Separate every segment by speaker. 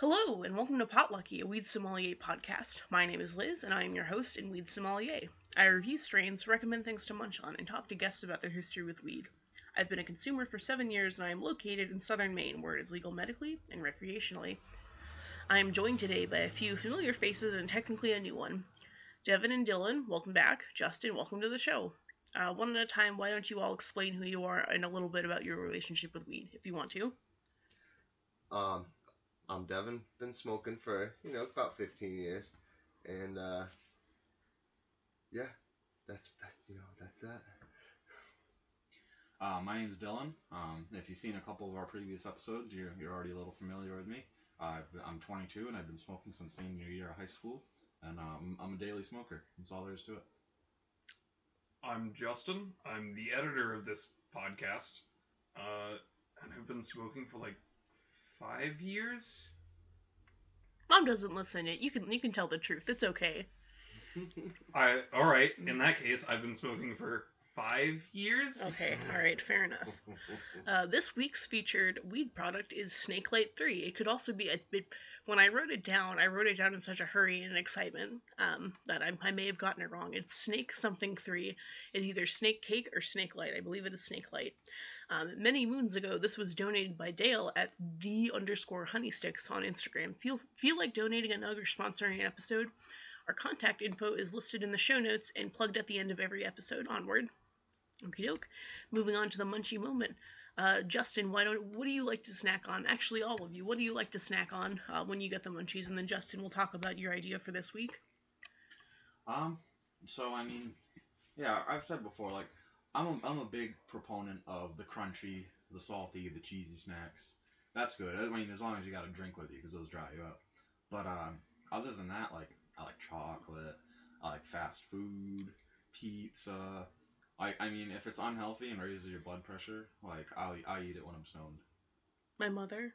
Speaker 1: Hello, and welcome to Potlucky, a Weed Sommelier podcast. My name is Liz, and I am your host and Weed Sommelier. I review strains, recommend things to munch on, and talk to guests about their history with weed. I've been a consumer for seven years, and I am located in southern Maine, where it is legal medically and recreationally. I am joined today by a few familiar faces and technically a new one. Devin and Dylan, welcome back. Justin, welcome to the show. Uh, one at a time, why don't you all explain who you are and a little bit about your relationship with weed, if you want to?
Speaker 2: Um, I'm Devin. Been smoking for you know about 15 years, and uh, yeah, that's that's you know that's that.
Speaker 3: Uh, my name's Dylan. Um, if you've seen a couple of our previous episodes, you're, you're already a little familiar with me. Uh, I've been- I'm 22 and I've been smoking since senior year of high school, and um, I'm a daily smoker. That's all there is to it.
Speaker 4: I'm Justin. I'm the editor of this podcast, uh, and I've been smoking for like five years.
Speaker 1: Mom doesn't listen. It you can you can tell the truth. It's okay.
Speaker 4: I all right. In that case, I've been smoking for five years.
Speaker 1: Okay, all right, fair enough. Uh, this week's featured weed product is Snake Light 3. It could also be a bit. When I wrote it down, I wrote it down in such a hurry and excitement um, that I, I may have gotten it wrong. It's Snake something 3. It's either Snake Cake or Snake Light. I believe it is Snake Light. Um, many moons ago, this was donated by Dale at D underscore Honey Sticks on Instagram. Feel, feel like donating a nug or sponsoring an episode? Our contact info is listed in the show notes and plugged at the end of every episode onward. Okie doke. Moving on to the munchie moment. Uh, Justin, why don't what do you like to snack on? Actually, all of you, what do you like to snack on uh, when you get the munchies? And then Justin will talk about your idea for this week.
Speaker 3: Um, so I mean, yeah, I've said before, like, I'm a, I'm a big proponent of the crunchy, the salty, the cheesy snacks. That's good. I mean, as long as you got a drink with you, because those dry you up. But um, other than that, like, I like chocolate, I like fast food, pizza. I I mean, if it's unhealthy and raises your blood pressure, like, I I eat it when I'm stoned.
Speaker 1: My mother,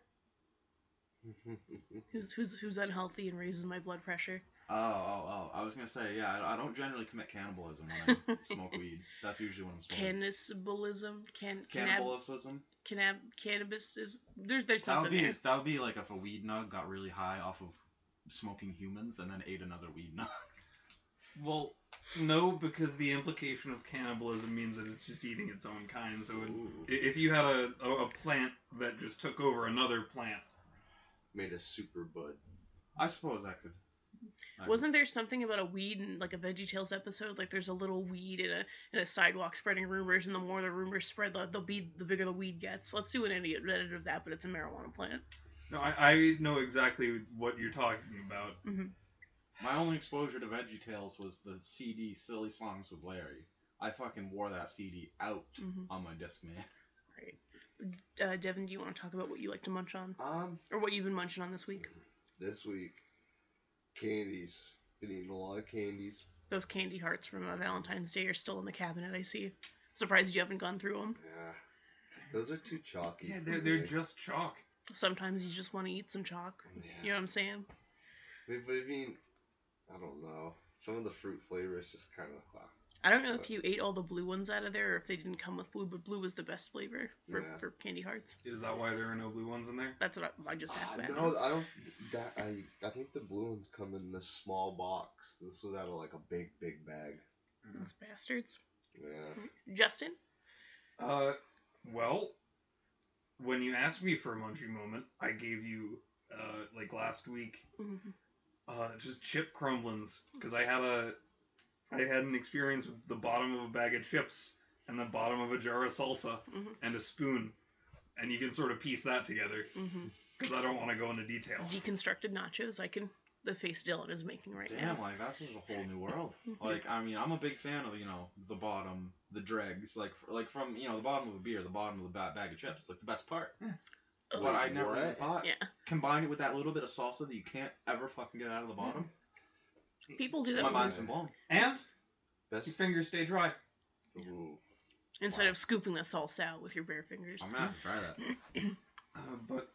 Speaker 1: who's who's who's unhealthy and raises my blood pressure.
Speaker 3: Oh oh oh! I was gonna say, yeah, I, I don't generally commit cannibalism when I smoke weed. That's usually when I'm stoned.
Speaker 1: Cannibalism, can cannab,
Speaker 3: Cannibalism.
Speaker 1: cannab, cannabis is there's there's
Speaker 3: That would
Speaker 1: something
Speaker 3: be
Speaker 1: there.
Speaker 3: that would be like if a weed nug got really high off of smoking humans and then ate another weed nug.
Speaker 4: Well, no, because the implication of cannibalism means that it's just eating its own kind. So it,
Speaker 2: Ooh,
Speaker 4: i- if you had a, a, a plant that just took over another plant,
Speaker 2: made a super bud.
Speaker 3: I suppose I could. I
Speaker 1: Wasn't there something about a weed in like a Veggie Tales episode? Like there's a little weed in a in a sidewalk spreading rumors, and the more the rumors spread, the the, weed, the bigger the weed gets. Let's do an idiot edit of that, but it's a marijuana plant.
Speaker 4: no, I, I know exactly what you're talking about.
Speaker 3: could- My only exposure to Veggie Tales was the CD "Silly Songs with Larry." I fucking wore that CD out
Speaker 1: Mhm.
Speaker 3: on my disc man.
Speaker 1: Uh, Devin, do you want to talk about what you like to munch on,
Speaker 2: Um,
Speaker 1: or what you've been munching on this week?
Speaker 2: this week, candies. Been eating a lot of candies.
Speaker 1: Those candy hearts from uh, Valentine's Day are still in the cabinet. I see. Surprised you haven't gone through them.
Speaker 2: Yeah, those are too chalky.
Speaker 4: Yeah,
Speaker 2: for
Speaker 4: they're they're
Speaker 2: me.
Speaker 4: just chalk.
Speaker 1: Sometimes you just want to eat some chalk.
Speaker 2: Yeah.
Speaker 1: You know what I'm saying?
Speaker 2: But- But I mean, I don't know. Some of the fruit flavors just kind of clap.
Speaker 1: I don't know if you ate all the blue ones out of there, or if they didn't come with blue, but blue was the best flavor for,
Speaker 2: Yeah.
Speaker 1: for candy hearts.
Speaker 4: Is that why there are no blue ones in there?
Speaker 1: That's what I, I just asked that.
Speaker 2: Ah, no, I don't. That I I think the blue ones come in this small box. This was out of like a big big bag.
Speaker 1: Those bastards.
Speaker 2: Yeah.
Speaker 1: Justin?
Speaker 4: Uh, well, when you asked me for a munchie moment, I gave you uh like last week
Speaker 1: Mm-hmm,
Speaker 4: uh just chip crumblins because I had a I had an experience with the bottom of a bag of chips and the bottom of a jar of salsa
Speaker 1: Mhm.
Speaker 4: and a spoon, and you can sort of piece that together
Speaker 1: hmm
Speaker 4: because I don't want to go into detail.
Speaker 1: Deconstructed nachos. I can. The face Dylan is making right
Speaker 3: Damn,
Speaker 1: now.
Speaker 3: like that's just a whole new world.
Speaker 1: Mhm.
Speaker 3: Like, I mean, I'm a big fan of you know the bottom, the dregs, like like from you know the bottom of a beer, the bottom of the ba- bag of chips, like the best part.
Speaker 1: Ugh.
Speaker 3: What I never even
Speaker 2: What?
Speaker 3: thought.
Speaker 1: Yeah.
Speaker 3: Combine it with that little bit of salsa that you can't ever fucking get out of the bottom.
Speaker 1: People do
Speaker 3: My
Speaker 1: that with,
Speaker 3: mind's been blown.
Speaker 4: And
Speaker 2: Best.
Speaker 4: your fingers stay dry.
Speaker 2: Ooh.
Speaker 1: instead of scooping the salsa out with your bare fingers.
Speaker 3: I'm gonna have to try that.
Speaker 4: Uh, but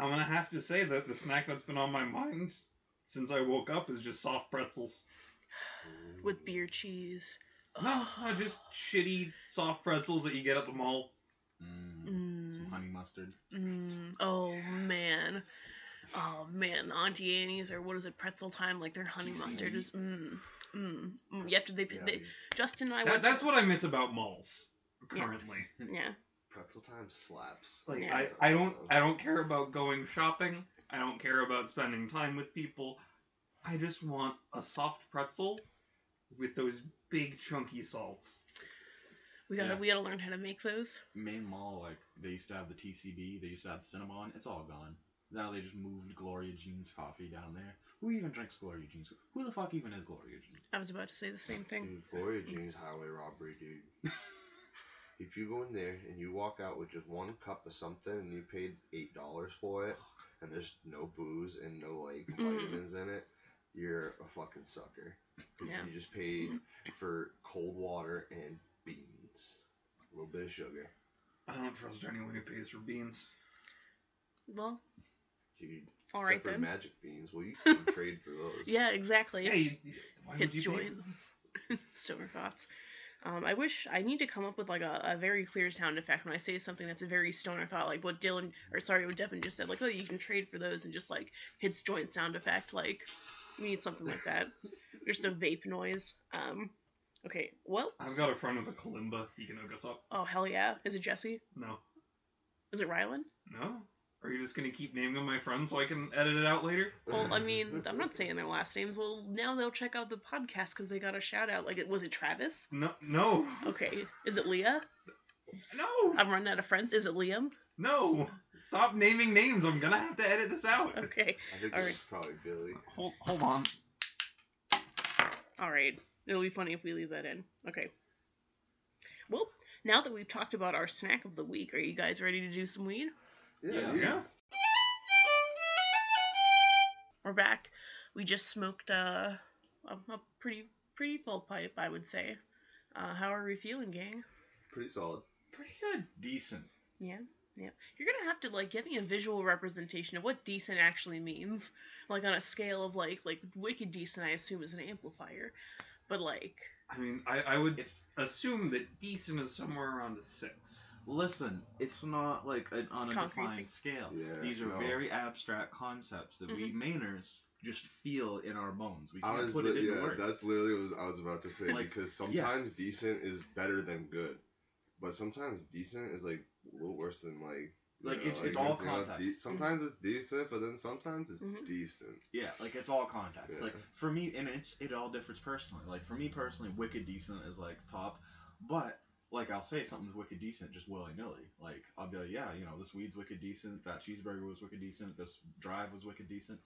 Speaker 4: I'm gonna have to say that the snack that's been on my mind since I woke up is just soft pretzels.
Speaker 1: Mm-hmm. With beer cheese.
Speaker 4: No, no, just shitty soft pretzels that you get at the mall.
Speaker 3: Mm, some
Speaker 1: Mm,
Speaker 3: honey mustard.
Speaker 1: mm, oh Mm-hmm. man. Oh man, Auntie Annie's or what is it, Pretzel Time? Like their honey
Speaker 3: Mhm.
Speaker 1: mustard is mm, mm, mm. After they,
Speaker 2: Yeah,
Speaker 1: they
Speaker 2: dude,
Speaker 1: Justin and I
Speaker 4: That,
Speaker 1: went.
Speaker 4: that's
Speaker 1: to,
Speaker 4: what I miss about malls currently.
Speaker 1: Yeah.
Speaker 2: pretzel time slaps. Uh,
Speaker 4: Like
Speaker 1: Yeah.
Speaker 4: I, I don't I don't care about going shopping. I don't care about spending time with people. I just want a soft pretzel with those big chunky salts.
Speaker 1: We gotta
Speaker 3: Yeah.
Speaker 1: we gotta learn how to make those.
Speaker 3: Main mall, like they used to have the TCB, they used to have the Cinnabon. It's all gone. Now they just moved Gloria Jean's coffee down there. Who even drinks Gloria Jean's? Who the fuck even is Gloria Jean?
Speaker 1: I was about to say the same thing.
Speaker 2: Dude, Gloria Jean's highway robbery, dude. if you go in there and you walk out with just one cup of something and you paid eight dollars for it, and there's no booze and no like
Speaker 1: Mhm.
Speaker 2: vitamins in it, you're a fucking sucker. 'Cause
Speaker 1: Yeah.
Speaker 2: You just paid for cold water and beans, a little bit of sugar,
Speaker 4: I don't trust anyone who pays for beans.
Speaker 1: Well,
Speaker 2: dude.
Speaker 1: all
Speaker 2: except
Speaker 1: right
Speaker 2: for
Speaker 1: then.
Speaker 2: magic beans. Well, you can trade for those.
Speaker 1: Yeah, exactly.
Speaker 4: Yeah, you, you- why would
Speaker 1: Hits
Speaker 4: you pay
Speaker 1: joint.
Speaker 4: for them?
Speaker 1: Stoner thoughts. Um, I wish I need to come up with like a, a very clear sound effect when I say something that's a very stoner thought, like what Dylan or sorry, what Devin just said, like oh you can trade for those and just like hits joint sound effect, like we need something like that. Just a vape noise. Um, okay, well,
Speaker 4: I've got a friend with a kalimba. He can hook us up.
Speaker 1: oh hell yeah, is it Jesse?
Speaker 4: No,
Speaker 1: Is it Rylan?
Speaker 4: no. Are you just gonna keep naming them my friends so I can edit it out later?
Speaker 1: Well, I mean, I'm not saying their last names. Well, now they'll check out the podcast because they got a shout out. Like, it was it Travis?
Speaker 4: No, no,
Speaker 1: Okay, is it Leah?
Speaker 4: no,
Speaker 1: I'm running out of friends. Is it Liam?
Speaker 4: no. Stop naming names. I'm gonna have to edit this out.
Speaker 1: Okay,
Speaker 2: I think
Speaker 1: All
Speaker 2: it's
Speaker 1: right.
Speaker 2: probably Billy.
Speaker 3: Hold, hold on.
Speaker 1: all right. It'll be funny if we leave that in. Okay. Well, now that we've talked about our snack of the week, are you guys ready to do some weed?
Speaker 3: Yeah.
Speaker 2: dude.
Speaker 4: Yeah.
Speaker 1: We're back. We just smoked uh, a, a pretty pretty full pipe, I would say. Uh, how are we feeling, gang?
Speaker 2: pretty solid.
Speaker 3: Pretty good. Decent.
Speaker 1: Yeah, yeah. You're gonna have to like give me a visual representation of what decent actually means, like on a scale of like like wicked decent. I assume is an amplifier, but like
Speaker 4: I mean, I, I would
Speaker 3: It's-
Speaker 4: assume that decent is somewhere around a six.
Speaker 3: Listen, it's not like an, on a
Speaker 1: Concrete
Speaker 3: defined scale.
Speaker 2: Yeah,
Speaker 3: These are
Speaker 2: no.
Speaker 3: very abstract concepts that we Mainers just feel in our bones. We
Speaker 2: I
Speaker 3: can't
Speaker 2: was
Speaker 3: put
Speaker 2: li-
Speaker 3: it into
Speaker 2: yeah,
Speaker 3: words.
Speaker 2: that's literally what I was about to say
Speaker 3: Like,
Speaker 2: because sometimes decent is better than good, but sometimes decent is like a little worse than like. you
Speaker 3: Like,
Speaker 2: know,
Speaker 3: it's- it's all
Speaker 2: everything else.
Speaker 3: context.
Speaker 2: sometimes it's decent, but then sometimes it's
Speaker 1: Mhm.
Speaker 2: decent.
Speaker 3: Yeah, like it's all context.
Speaker 2: Yeah.
Speaker 3: Like for me, and it's it all differs personally. Like for me personally, wicked decent is like top, but like I'll say something's wicked decent just willy nilly. Like I'll be like, yeah, you know, this weed's wicked decent. That cheeseburger was wicked decent. This drive was wicked decent.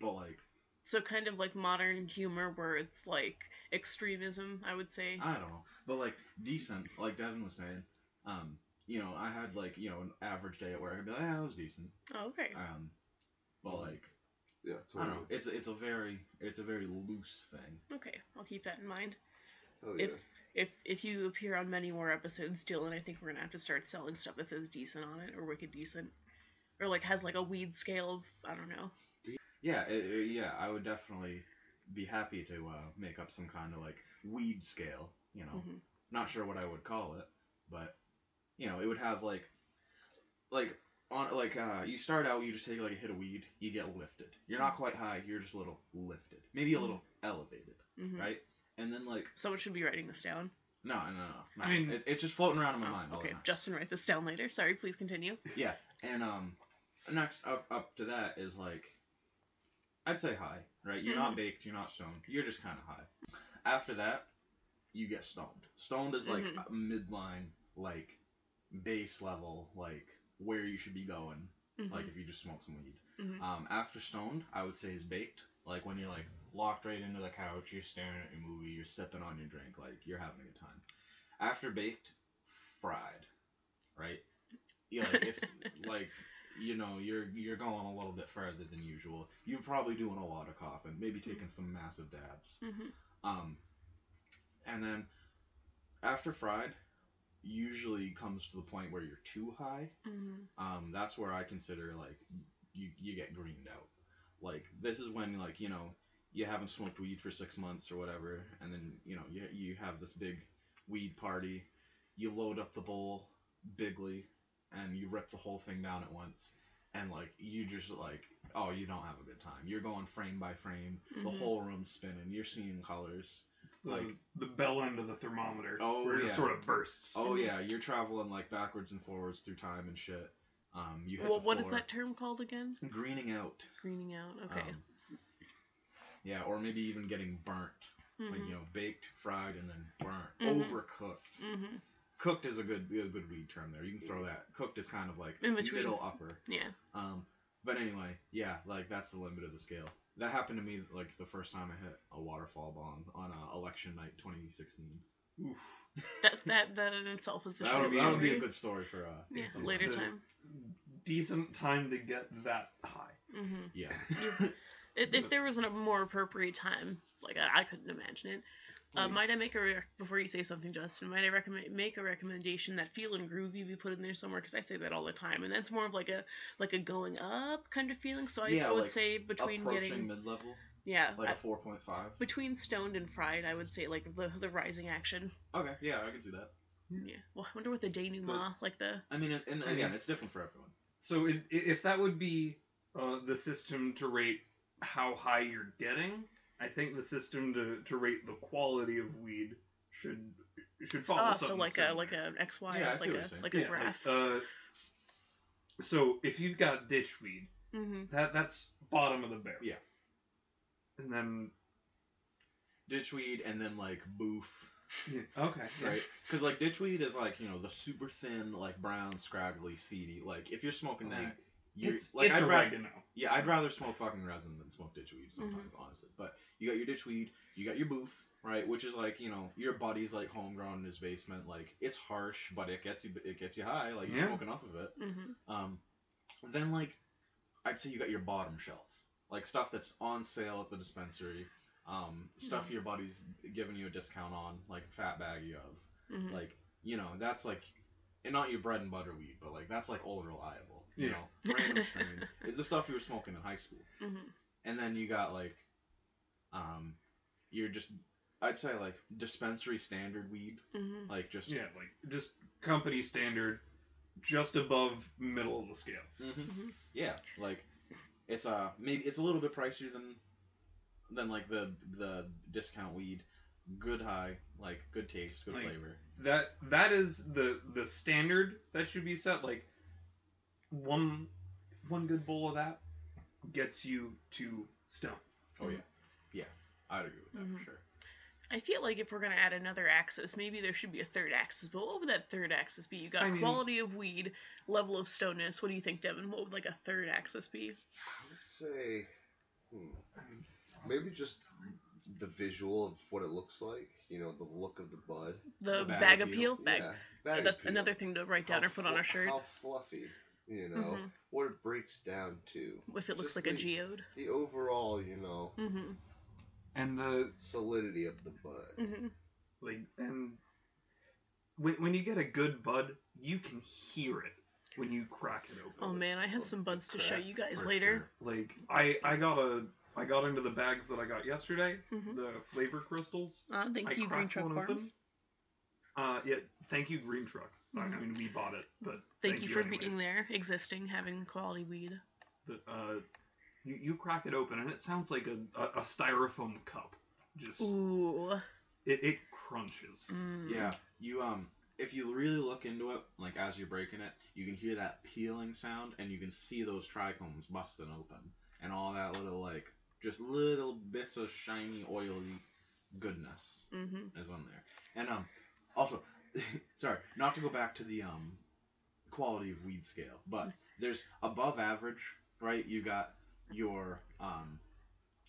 Speaker 3: But like
Speaker 1: so kind of like modern humor where it's like extremism. I would say.
Speaker 3: I don't know, but like decent, like Devin was saying, um, you know, I had like you know an average day at work. I'd be like, yeah, it was decent.
Speaker 1: oh, okay.
Speaker 3: Um, but like
Speaker 2: Yeah,
Speaker 3: I don't know,
Speaker 2: totally.
Speaker 3: it's it's a very it's a very loose thing.
Speaker 1: Okay, I'll keep that in mind.
Speaker 3: oh,
Speaker 2: Hell
Speaker 1: If
Speaker 2: yeah.
Speaker 1: if if you appear on many more episodes, Dylan, I think we're gonna have to start selling stuff that says decent on it or wicked decent, or like has like a weed scale of I don't know.
Speaker 3: Yeah, it, it- yeah, I would definitely be happy to uh, make up some kind of like weed scale. You know,
Speaker 1: Mhm.
Speaker 3: not sure what I would call it, but you know, it would have like, like on like uh, you start out, you just take like a hit of weed, you get lifted. You're not quite high, you're just a little lifted, maybe a little elevated,
Speaker 1: Mhm.
Speaker 3: right? And then like
Speaker 1: Someone should be writing this down.
Speaker 3: no, no, no, no.
Speaker 4: I mean-
Speaker 3: it, it's just floating around in my
Speaker 1: Oh,
Speaker 3: mind. all the
Speaker 1: okay,
Speaker 3: time.
Speaker 1: Justin, write this down later. Sorry, please continue.
Speaker 3: Yeah, and um, next up up to that is like, I'd say high, right? You're not baked, you're not stoned, you're just kind of high. After that, you get stoned. Stoned is like
Speaker 1: Mhm.
Speaker 3: a midline, like base level, like where you should be going,
Speaker 1: Mhm.
Speaker 3: like if you just smoke some weed.
Speaker 1: Mhm.
Speaker 3: Um, after stoned, I would say is baked, like when you're like locked right into the couch, you're staring at your movie, you're sipping on your drink, like you're having a good time. After baked, fried, right? Yeah, like, it's like you know you're you're going a little bit further than usual. You're probably doing a lot of coughing, maybe taking some massive dabs.
Speaker 1: Mhm.
Speaker 3: Um, and then after fried, usually comes to the point where you're too high.
Speaker 1: Mhm.
Speaker 3: Um, that's where I consider like you you get greened out. Like this is when like you know you haven't smoked weed for six months or whatever, and then you know you you have this big weed party. You load up the bowl bigly, and you rip the whole thing down at once, and like you just like oh you don't have a good time. You're going frame by frame, the
Speaker 1: Mhm.
Speaker 3: whole room's spinning. You're seeing colors.
Speaker 4: It's the,
Speaker 3: Like-
Speaker 4: the bell end of the thermometer
Speaker 3: Oh,
Speaker 4: where it just
Speaker 3: yeah.
Speaker 4: sort of bursts.
Speaker 3: Oh
Speaker 1: Mhm.
Speaker 3: yeah, you're traveling like backwards and forwards through time and shit. Um, you hit
Speaker 1: Mm-hmm. Well,
Speaker 3: the
Speaker 1: what is
Speaker 3: floor.
Speaker 1: that term called again?
Speaker 3: Greening out.
Speaker 1: Greening out. Okay.
Speaker 3: Um, yeah, or maybe even getting burnt. Like
Speaker 1: Mhm.
Speaker 3: you know, baked, fried, and then burnt,
Speaker 1: Mhm.
Speaker 3: overcooked.
Speaker 1: Mhm.
Speaker 3: Cooked is a good a good weed term there. You can throw that. Cooked is kind of like
Speaker 1: In between.
Speaker 3: middle upper.
Speaker 1: Yeah.
Speaker 3: Um, but anyway, yeah, like that's the limit of the scale. That happened to me like the first time I hit a waterfall bomb on uh, election night 2016.
Speaker 4: Oof.
Speaker 1: That that that in itself is a
Speaker 3: That would,
Speaker 1: short
Speaker 3: that would
Speaker 1: story.
Speaker 3: be a good story for uh.
Speaker 1: yeah,
Speaker 3: something.
Speaker 1: later
Speaker 4: to-
Speaker 1: time.
Speaker 4: Decent time to get that high.
Speaker 1: hmm
Speaker 3: Yeah.
Speaker 1: If, if there was a more appropriate time, like I, I couldn't imagine it. Uh,
Speaker 4: Like,
Speaker 3: Hmm.
Speaker 1: might I make a re- before you say something, Justin? Might I recommend make a recommendation that feeling groovy be put in there somewhere? Because I say that all the time, and that's more of like a like a going up kind of feeling. So I
Speaker 3: Yeah,
Speaker 1: would
Speaker 3: like
Speaker 1: say between
Speaker 3: Approaching
Speaker 1: getting
Speaker 3: mid level,
Speaker 1: yeah
Speaker 3: like
Speaker 1: I-
Speaker 3: a 4.5.
Speaker 1: between stoned and fried, I would say like the the rising action.
Speaker 3: Okay, yeah, I can see that.
Speaker 1: Yeah. Well, I wonder what the denouement like the
Speaker 3: I mean, and, and
Speaker 4: I mean-
Speaker 3: again, it's different for everyone.
Speaker 4: So if, if that would be uh, the system to rate how high you're getting, I think the system to, to rate the quality of weed should should follow
Speaker 1: ah so
Speaker 4: something
Speaker 1: like a
Speaker 4: similar.
Speaker 1: like an X Y
Speaker 3: Oh, Yeah, I
Speaker 1: like
Speaker 3: see what
Speaker 1: a
Speaker 3: you're saying.
Speaker 1: like a
Speaker 4: yeah, like,
Speaker 1: graph.
Speaker 4: uh, so if you've got ditch weed,
Speaker 1: mm-hmm.
Speaker 4: that that's bottom of the barrel.
Speaker 3: Yeah.
Speaker 4: And then
Speaker 3: Ditchweed and then like boof,
Speaker 4: yeah, okay, yeah.
Speaker 3: right? Because like ditchweed is like you know the super thin like brown scraggly seedy. Like if you're smoking that,
Speaker 4: Like,
Speaker 3: you're
Speaker 4: it's
Speaker 3: like
Speaker 4: it's
Speaker 3: I'd rather
Speaker 4: oregano.
Speaker 3: Yeah, I'd rather smoke fucking resin than smoke ditchweed
Speaker 4: Mm-hmm.
Speaker 3: sometimes, honestly. But you got your ditchweed, you got your boof, right? Which is like you know your buddy's like homegrown in his basement. Like it's harsh, but it gets you it gets you high. Like you're
Speaker 4: Yeah.
Speaker 3: smoking off of it.
Speaker 1: Mm-hmm.
Speaker 3: Um, then like I'd say you got your bottom shelf, like stuff that's on sale at the dispensary, um, stuff your buddy's giving you a discount on, like a fat baggie of,
Speaker 1: Mm-hmm.
Speaker 3: like you know that's like, and not your bread and butter weed, but like that's like old reliable, you
Speaker 4: Yeah.
Speaker 3: know, random strain. It's the stuff you were smoking in high school
Speaker 1: mm-hmm.
Speaker 3: and then you got like um you're just i'd say like dispensary standard weed
Speaker 1: Mm-hmm.
Speaker 3: like just
Speaker 4: Yeah, like just company standard, just above middle of the scale.
Speaker 3: Mhm.
Speaker 1: Mhm.
Speaker 3: yeah like it's uh maybe it's a little bit pricier than than like the the discount weed good high like good taste good
Speaker 4: Like-
Speaker 3: flavor
Speaker 4: that that is the the standard that should be set like one one good bowl of that gets you to stone
Speaker 3: oh yeah yeah i'd agree with that
Speaker 1: Mhm.
Speaker 3: for sure
Speaker 1: I feel like if we're gonna add another axis, maybe there should be a third axis. But what would that third axis be? You got
Speaker 4: I mean-
Speaker 1: quality of weed, level of stoneness. What do you think, Devin? What would like a third axis be?
Speaker 2: I would say, hmm, maybe just the visual of what it looks like. You know, the look of the bud.
Speaker 1: The,
Speaker 3: The
Speaker 1: bag,
Speaker 3: bag
Speaker 1: appeal.
Speaker 3: appeal?
Speaker 1: Bag.
Speaker 2: Yeah, bag
Speaker 1: That's
Speaker 2: appeal.
Speaker 1: another thing to write down
Speaker 2: How
Speaker 1: or put on
Speaker 2: flu-
Speaker 1: a shirt.
Speaker 2: How fluffy, you know,
Speaker 1: Mhm.
Speaker 2: what it breaks down to.
Speaker 1: if it looks
Speaker 2: just
Speaker 1: like a
Speaker 2: the-
Speaker 1: geode.
Speaker 2: The overall, you know,
Speaker 1: Mm-hmm.
Speaker 4: and the
Speaker 2: solidity of the bud.
Speaker 1: Mm-hmm.
Speaker 4: like and when, when you get a good bud you can hear it when you crack it open
Speaker 1: Oh man, I had some buds to show
Speaker 2: Crap,
Speaker 1: you guys
Speaker 3: For
Speaker 1: later.
Speaker 4: like i i got a i got into the bags that i got yesterday
Speaker 1: Mhm.
Speaker 4: the flavor crystals
Speaker 1: Uh, thank
Speaker 4: I
Speaker 1: you, Green
Speaker 4: cracked
Speaker 1: Truck
Speaker 4: one open.
Speaker 1: Farms.
Speaker 4: uh yeah thank you green truck I,
Speaker 1: Mhm.
Speaker 4: I mean we bought it but
Speaker 1: Thank, you, for
Speaker 4: anyways.
Speaker 1: being there, existing, having quality weed.
Speaker 4: But uh, you, you crack it open and it sounds like a, a, a styrofoam cup. Just
Speaker 1: Ooh.
Speaker 4: it, it crunches.
Speaker 1: Mm.
Speaker 3: Yeah, you um, if you really look into it, like as you're breaking it, you can hear that peeling sound, and you can see those trichomes busting open, and all that little like just little bits of shiny oily goodness
Speaker 1: Mm-hmm.
Speaker 3: is on there. And um, also, sorry, not to go back to the um, quality of weed scale, but there's above average, right? You got your um,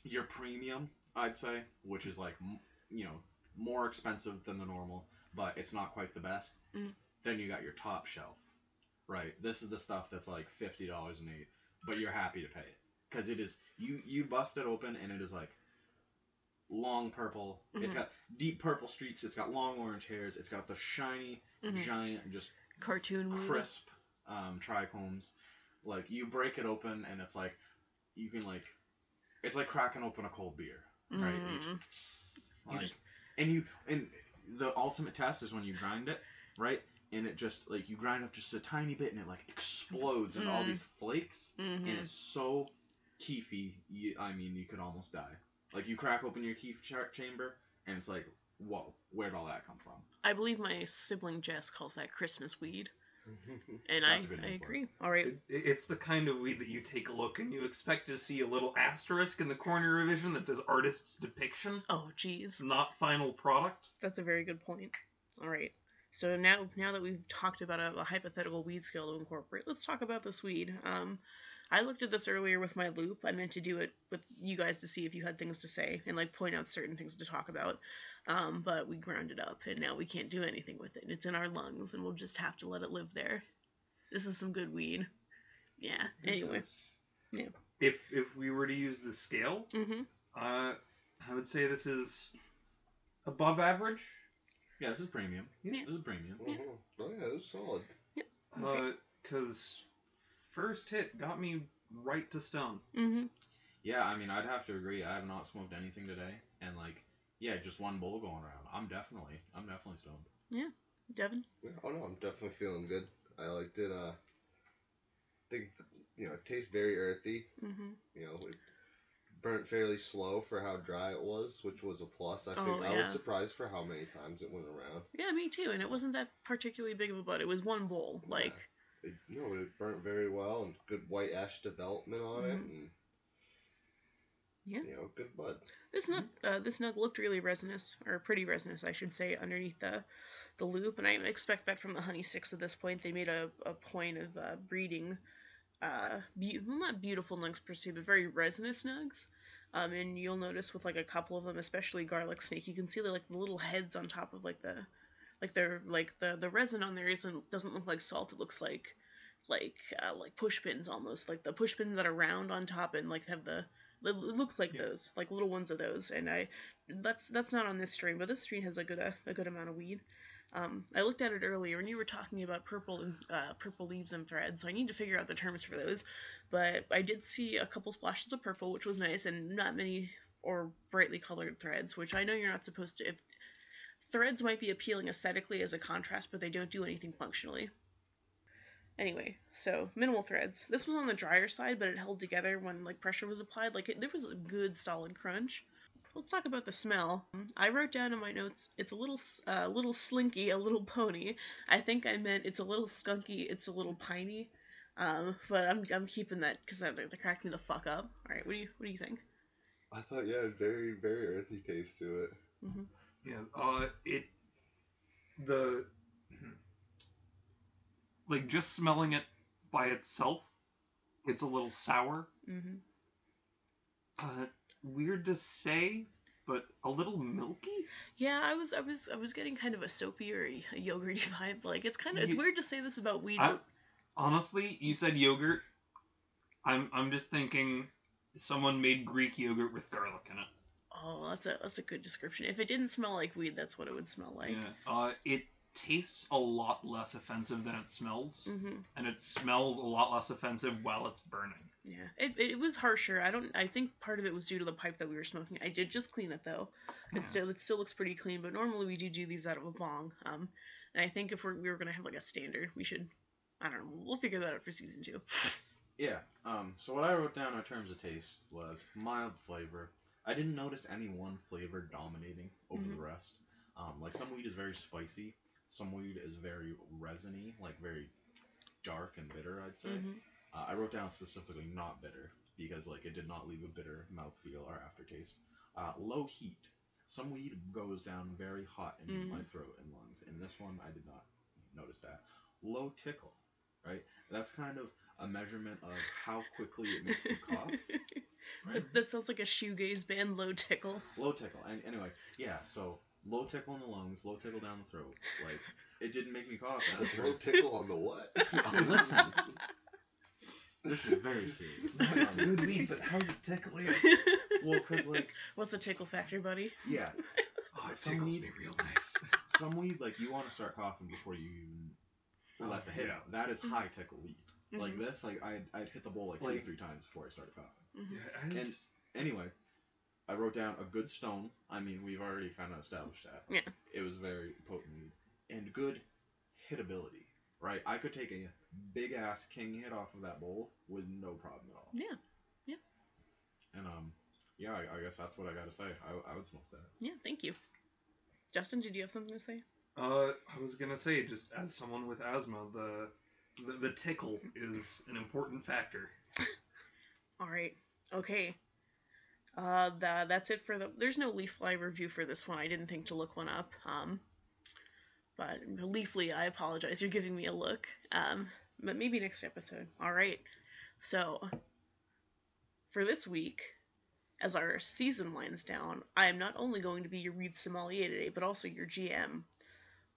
Speaker 3: your premium, I'd say, which is like m- you know more expensive than the normal, but it's not quite the best.
Speaker 1: Mm.
Speaker 3: Then you got your top shelf, right? This is the stuff that's like fifty dollars an eighth, but you're happy to pay it because it is you you bust it open and it is like long purple. It's
Speaker 1: Mhm.
Speaker 3: got deep purple streaks. It's got long orange hairs. It's got the shiny,
Speaker 1: hmm
Speaker 3: giant, just
Speaker 1: Cartoon weed.
Speaker 3: crisp um, trichomes. Like you break it open and it's like you can like it's like cracking open a cold beer, right? You
Speaker 1: Mm.
Speaker 3: just-
Speaker 1: You
Speaker 3: like-
Speaker 1: just-
Speaker 3: and you and the ultimate test is when you grind it, right? and it just like you grind up just a tiny bit and it like explodes into all
Speaker 1: Mm.
Speaker 3: these flakes and
Speaker 1: Mm-hmm.
Speaker 3: it's so keefy. You, I mean, you could almost die. Like you crack open your keef cha- chamber and it's like, whoa, where'd all that come from?
Speaker 1: I believe my sibling Jess calls that Christmas weed,
Speaker 2: Mm-hmm.
Speaker 1: and
Speaker 3: That's a
Speaker 1: I,
Speaker 3: good
Speaker 1: I
Speaker 3: name for it.
Speaker 1: agree. All right,
Speaker 4: It, it's the kind of weed that you take a look and you expect to see a little asterisk in the corner revision that says artist's depiction,
Speaker 1: oh geez,
Speaker 4: not final product.
Speaker 1: that's a very good point. All right, so now now that we've talked about a, a hypothetical weed skill to incorporate, let's talk about this weed. Um, I looked at this earlier with my loop. I meant to do it with you guys to see if you had things to say and like point out certain things to talk about, um, but we ground it up and now we can't do anything with it. It's in our lungs and we'll just have to let it live there. This is some good weed. Yeah.
Speaker 4: This
Speaker 1: Anyway.
Speaker 4: is-
Speaker 1: Yeah.
Speaker 4: If if we were to use the scale,
Speaker 1: Mm-hmm.
Speaker 4: uh, I would say this is above average.
Speaker 3: Yeah, this is premium.
Speaker 1: Yeah.
Speaker 3: This is premium.
Speaker 2: Mhm. Oh yeah, it was solid.
Speaker 1: Okay.
Speaker 4: Because uh, first hit got me right to stone.
Speaker 1: Mm-hmm.
Speaker 3: Yeah, I mean, I'd have to agree. I have not smoked anything today, and like, yeah, just one bowl going around. I'm definitely, I'm definitely stoned.
Speaker 1: Devin.
Speaker 2: Yeah, Oh no, I'm definitely feeling good. I liked it. Uh, think you know, it tastes very earthy.
Speaker 1: Mm-hmm.
Speaker 2: You know, it burnt fairly slow for how dry it was, which was a plus. I think
Speaker 1: Oh,
Speaker 2: I was
Speaker 1: yeah.
Speaker 2: surprised for how many times it went around.
Speaker 1: Yeah, me too. And it wasn't that particularly big of a bud. It was one bowl. Like,
Speaker 2: It, you know, it burnt very well and good white ash development on it, and
Speaker 1: Mm-hmm. Yeah.
Speaker 2: you know, good bud.
Speaker 1: this nug, uh, this nug looked really resinous, or pretty resinous, I should say, underneath the the loop. And I expect that from the honey sticks at this point. They made a, a point of uh, breeding, uh, be- well, not beautiful nugs per se, but very resinous nugs. Um, and you'll notice with like a couple of them, especially garlic snake, you can see the like the little heads on top of like the, like they're like the the resin on there isn't doesn't look like salt. It looks like, like uh, like push pins almost, like the push pins that are round on top and like have the it looks like
Speaker 4: Yeah.
Speaker 1: those, like little ones of those. And I, that's that's not on this strain, but this strain has a good uh, a good amount of weed. Um, I looked at it earlier, and you were talking about purple and uh, purple leaves and threads, so I need to figure out the terms for those. But I did see a couple splashes of purple, which was nice, and not many or brightly colored threads, which I know you're not supposed to. If threads might be appealing aesthetically as a contrast, but they don't do anything functionally. Anyway, so minimal threads. This was on the drier side, but it held together when like pressure was applied. Like it, there was a good solid crunch. Let's talk about the smell. I wrote down in my notes, it's a little, s- uh, little slinky, a little pony. I think I meant it's a little skunky, it's a little piney. Um, but I'm, I'm keeping that because that, that cracked me the fuck up. All right, what do you, what do you think?
Speaker 2: I thought, yeah, very, very earthy taste to it.
Speaker 4: Yeah. Uh, it the like just smelling it by itself, it's a little sour.
Speaker 1: Mm-hmm.
Speaker 4: Uh, weird to say, but a little milky.
Speaker 1: Yeah, I was, I was, I was getting kind of a soapy or a yogurty vibe. Like it's kind of, it's
Speaker 4: You-
Speaker 1: weird to say this about weed.
Speaker 4: I,
Speaker 1: but-
Speaker 4: honestly, you said yogurt. I'm I'm just thinking someone made Greek yogurt with garlic in it.
Speaker 1: oh, that's a, that's a good description. If it didn't smell like weed, that's what it would smell like.
Speaker 4: yeah. Uh, it tastes a lot less offensive than it smells,
Speaker 1: Mm-hmm.
Speaker 4: and it smells a lot less offensive while it's burning.
Speaker 1: Yeah, it, it, it was harsher. I don't. I think part of it was due to the pipe that we were smoking. I did just clean it though. It
Speaker 4: Yeah.
Speaker 1: still it still looks pretty clean. But normally we do do these out of a bong. Um, and I think if we're we were gonna have like a standard, we should. I don't know. We'll figure that out for season two.
Speaker 3: Yeah. Um. So what I wrote down in terms of taste was mild flavor. I didn't notice any one flavor dominating over the rest. Um. Like some weed is very spicy. Some weed is very resiny, like very dark and bitter. I'd say.
Speaker 1: Mhm.
Speaker 3: Uh, I wrote down specifically not bitter because like it did not leave a bitter mouthfeel or aftertaste. Uh, low heat. Some weed goes down very hot in my throat and lungs, and this one I did not notice that. Low tickle, right? That's kind of a measurement of how quickly it makes you cough. Right?
Speaker 1: That- that sounds like a shoegaze band. Low tickle.
Speaker 3: Low tickle. And anyway, yeah. So low tickle in the lungs, low tickle down the throat. Like it didn't make me cough. and I was
Speaker 2: Low
Speaker 3: like,
Speaker 2: tickle on the what?
Speaker 3: Oh, listen. This is very serious. Um,
Speaker 4: weed, but how's it tickling?
Speaker 3: well, cause like
Speaker 1: What's the tickle factor, buddy?
Speaker 3: yeah,
Speaker 4: Oh,
Speaker 3: it tickles me
Speaker 4: real nice.
Speaker 3: some weed like you want to start coughing before you
Speaker 4: Oh,
Speaker 3: even let the hit out. That
Speaker 1: Mm-hmm.
Speaker 3: is high tickle weed. Like
Speaker 1: Mhm.
Speaker 3: this, like I'd, I'd hit the bowl like, two
Speaker 4: Like-
Speaker 3: or three times before I started coughing.
Speaker 1: Mhm.
Speaker 3: And- Anyway, I wrote down a good stone. I mean, we've already kind of established that.
Speaker 1: Yeah.
Speaker 3: It was very potent weed and good hit ability, right? I could take a big ass king hit off of that bowl with no problem at all.
Speaker 1: Yeah. Yeah.
Speaker 3: And um, yeah, I, I guess that's what I gotta say. I, I would smoke that.
Speaker 1: Yeah, thank you. Justin, did you have something to say?
Speaker 4: Uh, I was gonna say, just as someone with asthma, the the, the tickle is an important factor.
Speaker 1: All right. Okay. Uh, tha that's it for the. There's no Leafly review for this one. I didn't think to look one up. Um, but Leafly, I apologize. You're giving me a look. Um, but maybe next episode. All right. So for this week, as our season winds down, I am not only going to be your Reed sommelier today, but also your GM.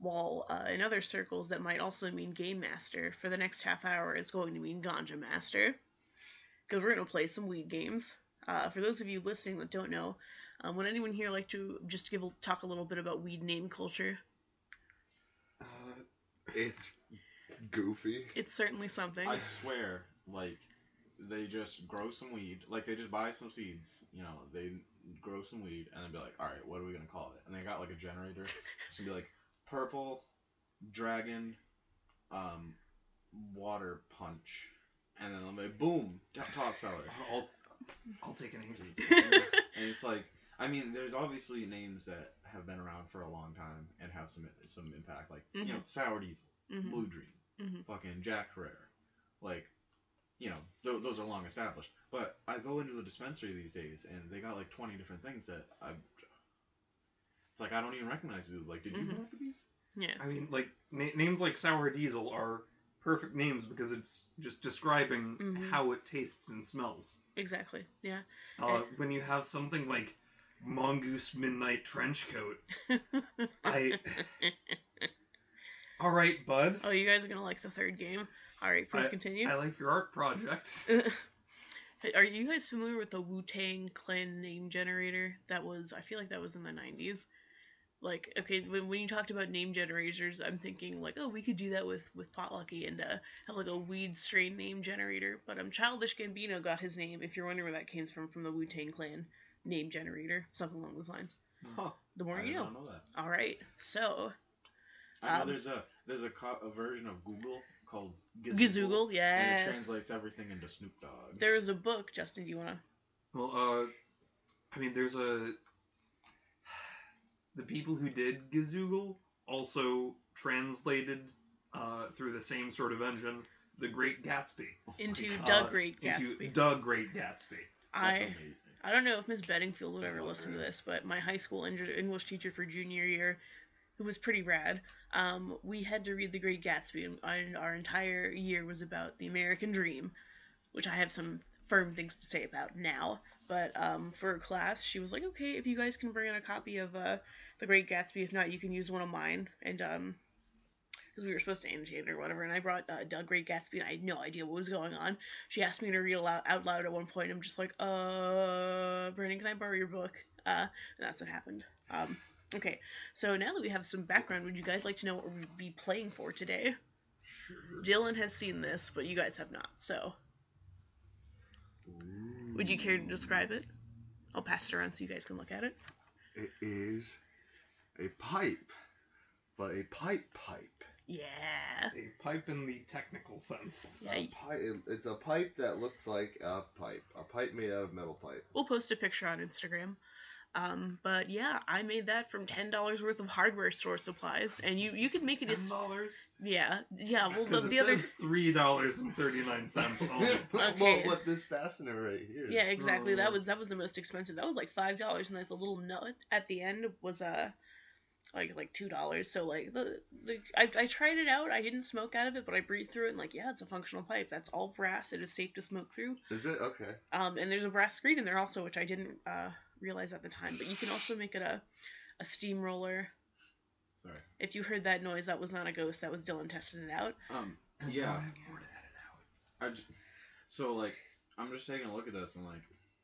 Speaker 1: While uh, in other circles, that might also mean game master. For the next half hour, it's going to mean ganja master because we're going to play some weed games. Uh, for those of you listening that don't know, um, would anyone here like to just give a, talk a little bit about weed name culture?
Speaker 2: Uh, it's goofy.
Speaker 1: It's certainly something.
Speaker 3: I swear, like they just grow some weed, like they just buy some seeds. You know, they grow some weed and then be like, all right, what are we gonna call it? And they got like a generator. It's gonna be like purple dragon, um, water punch, and then I'm like, boom, top, top seller.
Speaker 4: I'll I'll take an angel.
Speaker 3: and it's like I mean, there's obviously names that have been around for a long time and have some some impact, like you know, Sour Diesel,
Speaker 1: Mhm.
Speaker 3: Blue Dream,
Speaker 1: Mhm.
Speaker 3: fucking Jack Herrera, like you know, th- those are long established. But I go into the dispensary these days and they got like 20 different things that I. It's like I don't even recognize these. Like, did you
Speaker 1: Mhm.
Speaker 3: grow up with these?
Speaker 1: Yeah.
Speaker 4: I mean, like na- names like sour diesel are perfect names because it's just describing
Speaker 1: Mhm.
Speaker 4: how it tastes and smells.
Speaker 1: Exactly. Yeah.
Speaker 4: Uh, when you have something like mongoose midnight trench coat, I. All right, bud.
Speaker 1: oh, you guys are gonna like the third game. All right, please continue.
Speaker 4: I like your art project.
Speaker 1: are you guys familiar with the Wu Tang Clan name generator? That was I feel like that was in the '90s. Like okay, when, when you talked about name generators, I'm thinking like, oh, we could do that with with Potlucky and uh, have like a weed strain name generator. But um, Childish Gambino got his name. If you're wondering where that came from, from the Wu Tang Clan name generator, something along those lines.
Speaker 3: Huh.
Speaker 1: The more
Speaker 3: Hmm. I did
Speaker 1: you know.
Speaker 3: not know that.
Speaker 1: All right, so
Speaker 3: I know
Speaker 1: Um,
Speaker 3: there's a there's a, co- a version of Google called
Speaker 1: Gizoogle,
Speaker 3: and it
Speaker 1: yes.
Speaker 3: translates everything into Snoop Dogg.
Speaker 1: There is a book, Justin. Do you wanna?
Speaker 4: Well, uh, I mean, there's a. The people who did Gazoogle also translated uh, through the same sort of engine the Great Gatsby
Speaker 3: Oh my
Speaker 1: into
Speaker 3: God,
Speaker 1: the
Speaker 4: God.
Speaker 1: Great Gatsby.
Speaker 4: into the Great Gatsby.
Speaker 3: That's
Speaker 1: I
Speaker 3: amazing.
Speaker 1: I don't know if Miss Bedingfield would ever
Speaker 2: That's
Speaker 1: listen to
Speaker 2: hilarious.
Speaker 1: this, but my high school Eng- English teacher for junior year, who was pretty rad, um, we had to read The Great Gatsby, and- and our entire year was about the American Dream, which I have some firm things to say about now. But um, for her class, she was like, "Okay, if you guys can bring in a copy of uh, The Great Gatsby, if not, you can use one of mine." And um, because we were supposed to annotate it or whatever, and I brought uh, Doug Great Gatsby, and I had no idea what was going on. She asked me to read aloud, out loud at one point. I'm just like, uh, Brandon, can I borrow your book? Uh, and that's what happened. Um, okay, so now that we have some background, would you guys like to know what we'd be playing for today?
Speaker 2: Sure.
Speaker 1: Dylan has seen this, but you guys have not. So, would you care to describe it? I'll pass it around so you guys can look at it.
Speaker 2: It is a pipe, but a pipe pipe.
Speaker 1: Yeah.
Speaker 4: A pipe in the technical sense.
Speaker 1: Yeah.
Speaker 2: A
Speaker 1: y-
Speaker 2: pi- it- it's a pipe that looks like a pipe. A pipe made out of metal pipe.
Speaker 1: We'll post a picture on Instagram. Um, but yeah, I made that from ten dollars worth of hardware store supplies, and you you could make it
Speaker 4: Ten
Speaker 1: as
Speaker 4: dollars.
Speaker 1: yeah yeah. Well, the, the other
Speaker 4: three dollars and thirty nine cents.
Speaker 3: Oh,
Speaker 4: only.
Speaker 2: well, with this fastener right here.
Speaker 1: Yeah, exactly. That
Speaker 4: Mm.
Speaker 1: was that was the most expensive. That was like five dollars, and like the little nut at the end was uh like like two dollars. So like the, the I, I tried it out. I didn't smoke out of it, but I breathed through it. And like yeah, it's a functional pipe. That's all brass. It is safe to smoke through.
Speaker 2: Is it okay?
Speaker 1: Um, and there's a brass screen in there also, which I didn't uh realize at the time. But you can also make it a a steamroller.
Speaker 3: Sorry.
Speaker 1: If you heard that noise, that was not a ghost. That was Dylan testing it out.
Speaker 3: Um.
Speaker 4: And
Speaker 3: Yeah.
Speaker 4: now I have more to edit out.
Speaker 3: I j- so like I'm just taking a look at this and like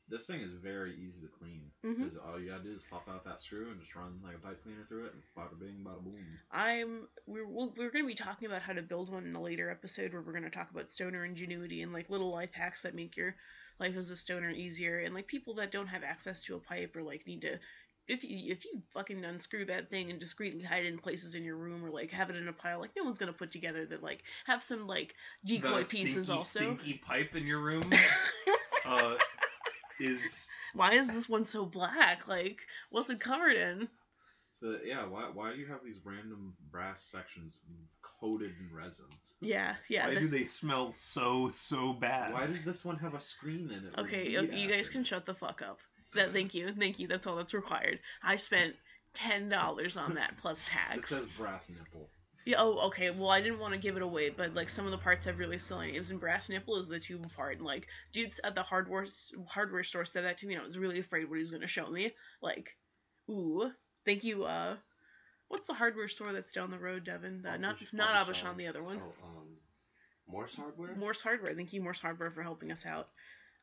Speaker 3: this thing is very easy to clean
Speaker 1: Mhm.
Speaker 3: because all you gotta do is pop out that screw and just run like a pipe cleaner through it and bada bing bada boom.
Speaker 1: I'm we're we'll- we're going to be talking about how to build one in a later episode where we're going to talk about stoner ingenuity and like little life hacks that make your life as a stoner easier and like people that don't have access to a pipe or like need to if you if you fucking unscrew that thing and discreetly hide it in places in your room or like have it in a pile, like no one's gonna put together that like have some like decoy
Speaker 4: The
Speaker 1: pieces
Speaker 4: stinky,
Speaker 1: also.
Speaker 4: Stinky pipe in your room uh, is
Speaker 1: Why is this one so black? Like, what's it covered in?
Speaker 3: So yeah, why why do you have these random brass sections coated in resin?
Speaker 1: Yeah, yeah.
Speaker 4: why
Speaker 1: the-
Speaker 4: do they smell so so bad?
Speaker 3: Why does this one have a screen in it? with
Speaker 1: Okay,
Speaker 3: meat
Speaker 1: okay, you guys
Speaker 3: after
Speaker 1: can
Speaker 3: it?
Speaker 1: shut the fuck up. That, thank you, thank you. That's all that's required. I spent ten dollars on that plus
Speaker 3: It
Speaker 1: tax.
Speaker 3: says brass nipple.
Speaker 1: Yeah, oh, okay. Well, I didn't want to give it away, but like some of the parts have really silly names, and brass nipple is the tube part. And like dudes at the hardware s- hardware store said that to me, and I was really afraid what he was gonna show me. Like, ooh, thank you. Uh, what's the hardware store that's down the road, Devin? Uh, not
Speaker 2: Abishan.
Speaker 1: not Abishan, the other one.
Speaker 2: Oh, um, Morse hardware.
Speaker 1: Morse Hardware. Thank you, Morse Hardware, for helping us out.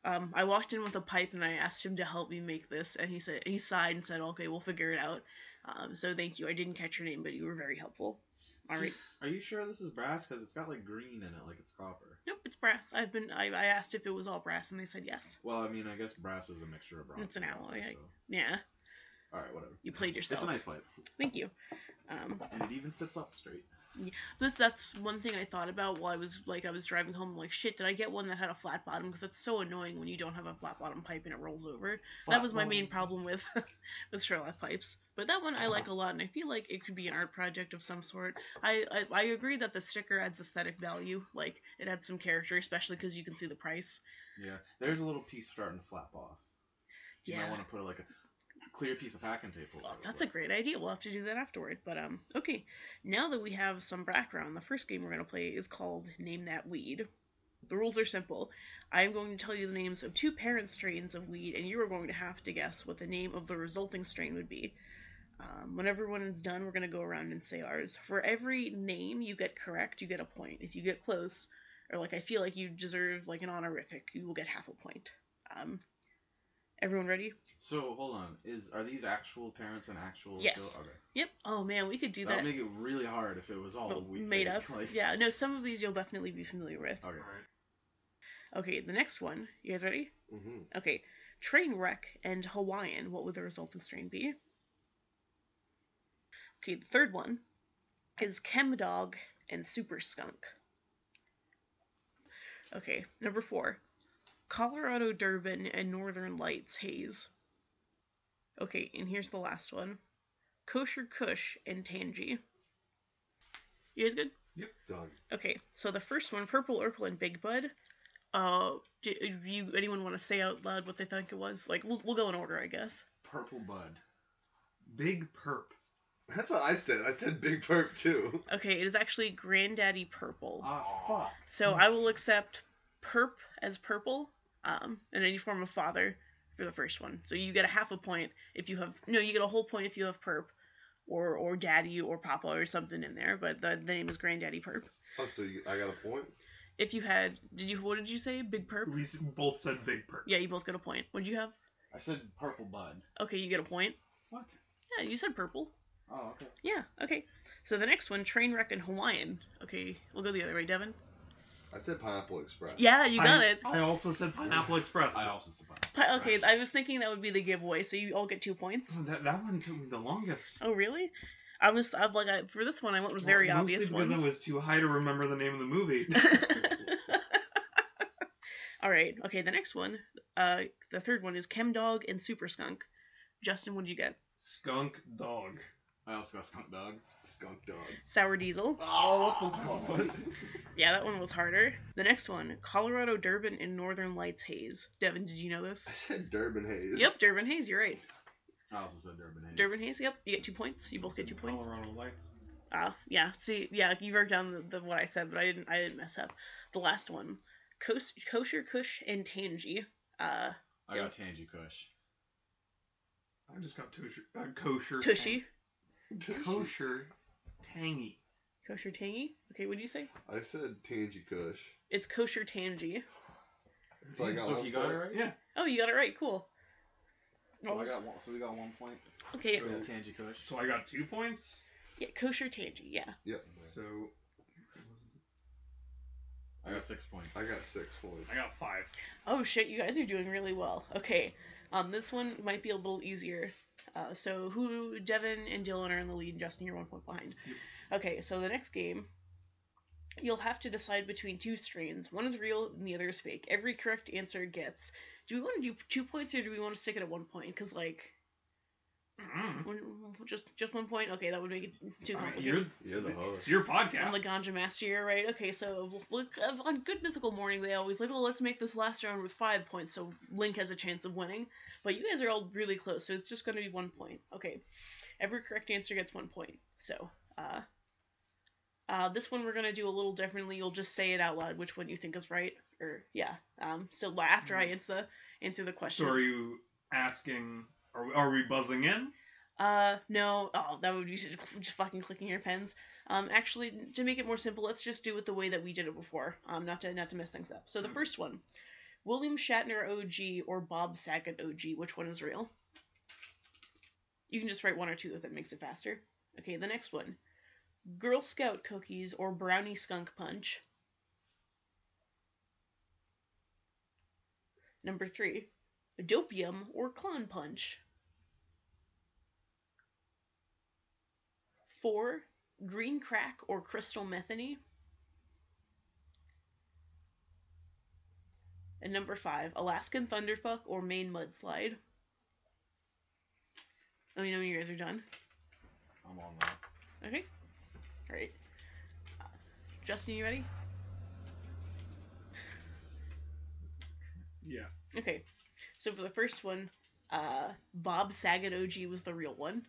Speaker 1: Um, I walked in with a pipe and I asked him to help me make this, and he said he sighed and said, "Okay, we'll figure it out." Um, so thank you. I didn't catch your name, but you were very helpful. All right.
Speaker 3: Are you sure this is brass? Because it's got like green in it, like it's copper.
Speaker 1: Nope, it's brass. I've been. I, I asked if it was all brass, and they said yes.
Speaker 3: Well, I mean, I guess brass is a mixture of bronze.
Speaker 1: It's an
Speaker 3: and
Speaker 1: alloy,
Speaker 3: copper,
Speaker 1: I-
Speaker 3: so-
Speaker 1: Yeah,
Speaker 3: All right, whatever.
Speaker 1: you played
Speaker 3: It's
Speaker 1: yourself.
Speaker 3: a nice pipe,
Speaker 1: Thank you. Um,
Speaker 3: and it even sits up straight.
Speaker 1: this that's one thing I thought about while I was like I was driving home. Like shit, did I get one that had a flat bottom? Because that's so annoying when you don't have a flat bottom pipe and it rolls over. that was my main problem with with Sherlock Pipes. But that one I like a lot, and I feel like it could be an art project of some sort. I I, I agree that the sticker adds aesthetic value, like it adds some character, especially because you can see the price.
Speaker 3: Yeah, there's a little piece starting to flap off. You might
Speaker 1: Yeah.
Speaker 3: want to put like a clear piece of packing tape over.
Speaker 1: Well,
Speaker 3: it,
Speaker 1: that's a
Speaker 3: but-
Speaker 1: great idea. We'll have to do that afterward. But um, okay. Now that we have some background, the first game we're gonna play is called Name That Weed. The rules are simple. I am going to tell you the names of two parent strains of weed, and you are going to have to guess what the name of the resulting strain would be. Um, when everyone is done, we're gonna go around and say ours. For every name you get correct, you get a point. If you get close, or like I feel like you deserve like an honorific, you will get half a point. Um, everyone ready?
Speaker 3: So hold on, is are these actual parents and actual?
Speaker 1: Yes.
Speaker 3: chil- Okay.
Speaker 1: Yep. Oh man, we could do
Speaker 3: That
Speaker 1: that.
Speaker 3: would make it really hard if it was all
Speaker 1: But
Speaker 3: we
Speaker 1: Oh, made
Speaker 3: think,
Speaker 1: up.
Speaker 3: Like,
Speaker 1: Yeah, no, some of these you'll definitely be familiar with.
Speaker 3: Okay.
Speaker 1: Okay, the next one. You guys ready?
Speaker 2: Mm-hmm.
Speaker 1: Okay. Train wreck and Hawaiian. What would the resulting strain be? Okay, the third one is Chem Dog and Super Skunk. Okay, number four. Colorado Durban and Northern Lights Haze. Okay, and here's the last one. Kosher Kush and Tangy. You guys good?
Speaker 2: Done.
Speaker 1: Okay, so the first one, Purple Urkel and Big Bud. Uh, do you anyone want to say out loud what they think it was? Like, we'll we'll go in order, I guess.
Speaker 3: Purple bud.
Speaker 4: Big perp.
Speaker 2: That's what I said. I said Big Perp too.
Speaker 1: Okay, it is actually Granddaddy Purple.
Speaker 3: Ah fuck.
Speaker 1: So I will accept Perp as Purple, um, and any form of father for the first one. So you get a half a point if you have no, you get a whole point if you have Perp, or or Daddy or Papa or something in there. But the, the name is Granddaddy Perp.
Speaker 2: Oh, so you, I got a point.
Speaker 1: If you had, did you what did you say? Big Perp.
Speaker 4: We s- both said big perp.
Speaker 1: Yeah, you both get a point. What'd you have?
Speaker 3: I said purple bud.
Speaker 1: Okay, you get a point.
Speaker 3: What?
Speaker 1: Yeah, you said purple.
Speaker 3: Oh okay.
Speaker 1: Yeah, okay. So the next one, train wreck and Hawaiian. Okay, we'll go the other way, Devin.
Speaker 2: I said Pineapple Express.
Speaker 1: Yeah, you got
Speaker 4: I,
Speaker 1: it.
Speaker 4: I also said pineapple express.
Speaker 3: I also said purple.
Speaker 1: Pi- okay,
Speaker 3: Yes.
Speaker 1: I was thinking that would be the giveaway, so you all get two points.
Speaker 4: Oh, that, that one took me the longest.
Speaker 1: Oh, really? I was I've like I, for this one, I went with very
Speaker 4: Well, mostly
Speaker 1: obvious
Speaker 4: because
Speaker 1: ones.
Speaker 4: I was too high to remember the name of the movie.
Speaker 1: all right. Okay, the next one, uh, the third one is Chem Dog and Super Skunk. Justin, what did you get?
Speaker 4: Skunk dog.
Speaker 3: I also got skunk dog.
Speaker 2: Skunk Dog.
Speaker 1: Sour Diesel.
Speaker 2: Oh, come on.
Speaker 1: Yeah, that one was harder. The next one, Colorado Durban and Northern Lights Haze. Devin, did you know this?
Speaker 2: I said Durban Haze.
Speaker 1: Yep, Durban Haze. You're right.
Speaker 3: I also said Durban Haze.
Speaker 1: Durban Haze. Yep, you get two points. You both get two points.
Speaker 4: Colorado lights.
Speaker 1: Ah, yeah. See, yeah, you wrote down the, the what I said, but I didn't. I didn't mess up. The last one, Kos- kosher kush and tangy. Uh,
Speaker 3: I got Tangy Kush.
Speaker 4: I just got tosher, uh, kosher.
Speaker 1: tushy,
Speaker 4: tang- Kosher. Tangy.
Speaker 1: kosher tangy. Okay, what do you say?
Speaker 2: I said Tangy Kush.
Speaker 1: It's kosher tangy.
Speaker 2: So I got
Speaker 3: so
Speaker 2: one
Speaker 3: he got it
Speaker 2: point.
Speaker 3: right.
Speaker 4: Yeah.
Speaker 1: Oh, you got it right. Cool.
Speaker 3: So I got one. So we got one point.
Speaker 1: okay.
Speaker 3: for the Tangy Kush.
Speaker 4: So I got two points.
Speaker 1: Yeah, kosher tangy. Yeah.
Speaker 2: Yep.
Speaker 4: So
Speaker 3: I got six points.
Speaker 2: I got six points.
Speaker 4: I got five.
Speaker 1: Oh shit, you guys are doing really well. Okay. Um, this one might be a little easier. Uh, so who Devin and Dylan are in the lead, Justin, you're one point behind. Okay, so the next game, you'll have to decide between two strains. One is real and the other is fake. Every correct answer gets. Do we want to do two points or do we want to stick it at one point? Because like, one, just just one point. Okay, that would make it too
Speaker 4: Mm. All right,
Speaker 1: complicated.
Speaker 4: you're,
Speaker 2: You're the host.
Speaker 4: it's your podcast.
Speaker 1: I'm the ganja master, you're right. Okay, so look on Good Mythical Morning, they always like, well, let's make this last round with five points, so Link has a chance of winning. But you guys are all really close, so it's just going to be one point. Okay, every correct answer gets one point. So, uh, uh, this one we're going to do a little differently. You'll just say it out loud which one you think is right, or yeah. Um, so la- after I answer answer the question,
Speaker 4: So are you asking? Are we, are we buzzing in?
Speaker 1: Uh, no. Oh, that would be just, just fucking clicking your pens. Um, actually, to make it more simple, let's just do it the way that we did it before. Um, not to not to mess things up. So the
Speaker 4: Hmm.
Speaker 1: first one, William Shatner OG or Bob Saget OG, which one is real? You can just write one or two if that makes it faster. Okay, the next one, Girl Scout cookies or brownie skunk punch. Number three, dopium or clon punch. Four, green crack or crystal methany. And number five, Alaskan thunderfuck or Maine mudslide. Let me know when you guys are done.
Speaker 3: I'm on that.
Speaker 1: Okay. All right. Uh, Justin, you ready?
Speaker 4: Yeah.
Speaker 1: Okay. So for the first one, uh, Bob Saget OG was the real one.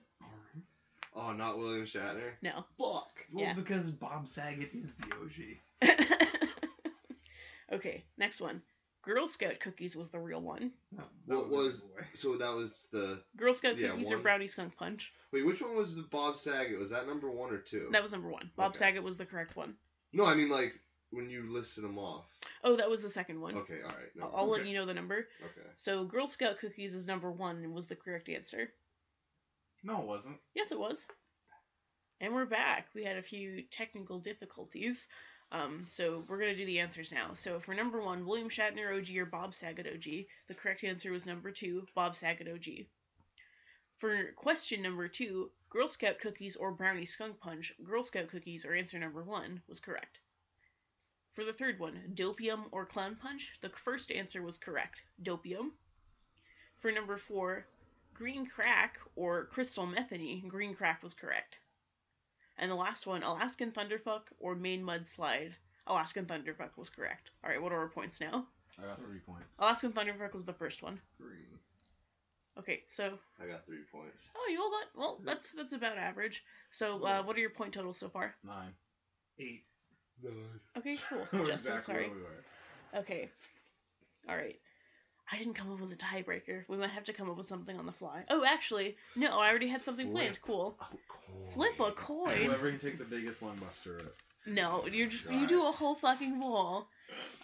Speaker 2: Oh, not William Shatner.
Speaker 1: No.
Speaker 2: Block.
Speaker 4: Well,
Speaker 1: Yeah.
Speaker 4: because Bob Saget is the OG.
Speaker 1: okay. Next one, Girl Scout cookies was the real one.
Speaker 4: No, that
Speaker 2: What
Speaker 4: a
Speaker 2: was?
Speaker 4: giveaway.
Speaker 2: So that was the.
Speaker 1: Girl Scout
Speaker 2: Yeah,
Speaker 1: cookies or
Speaker 2: one.
Speaker 1: brownie skunk punch.
Speaker 2: Wait, which one was the Bob Saget? Was that number one or two?
Speaker 1: That was number one. Bob
Speaker 2: Okay.
Speaker 1: Saget was the correct one.
Speaker 2: No, I mean like when you listed them off.
Speaker 1: Oh, that was the second one.
Speaker 2: Okay, all right. No,
Speaker 1: I'll, I'll let
Speaker 4: Okay.
Speaker 1: you know the number.
Speaker 2: okay.
Speaker 1: So Girl Scout cookies is number one and was the correct answer.
Speaker 3: No, it wasn't.
Speaker 1: Yes, it was. And we're back. We had a few technical difficulties. Um, so we're gonna do the answers now. So for number one, William Shatner OG or Bob Saget OG, the correct answer was number two, Bob Saget OG. For question number two, Girl Scout cookies or brownie skunk punch, Girl Scout cookies or answer number one was correct. For the third one, dopium or clown punch, the first answer was correct, dopium. For number four, green crack or crystal methany, green crack was correct. And the last one, Alaskan thunderfuck or Maine mudslide, Alaskan thunderfuck was correct. All right, what are our points now?
Speaker 3: I got three points.
Speaker 1: Alaskan thunderfuck was the first one.
Speaker 2: Three.
Speaker 1: Okay, so
Speaker 2: I got three points.
Speaker 1: oh, you all got well. That's that's about average. So uh, what are your point totals so far?
Speaker 3: Nine.
Speaker 4: eight.
Speaker 2: Nine.
Speaker 1: Okay, cool.
Speaker 3: We're
Speaker 1: Justin,
Speaker 3: exactly
Speaker 1: sorry.
Speaker 3: where we were.
Speaker 1: Okay. All right. I didn't come up with a tiebreaker. We might have to come up with something on the fly. Oh, actually, no, I already had something planned. Cool.
Speaker 2: Oh, coin.
Speaker 1: Flip a coin.
Speaker 3: Whoever can take the biggest one must stir it.
Speaker 1: No, you're just you
Speaker 2: Right.
Speaker 1: do a whole fucking wall.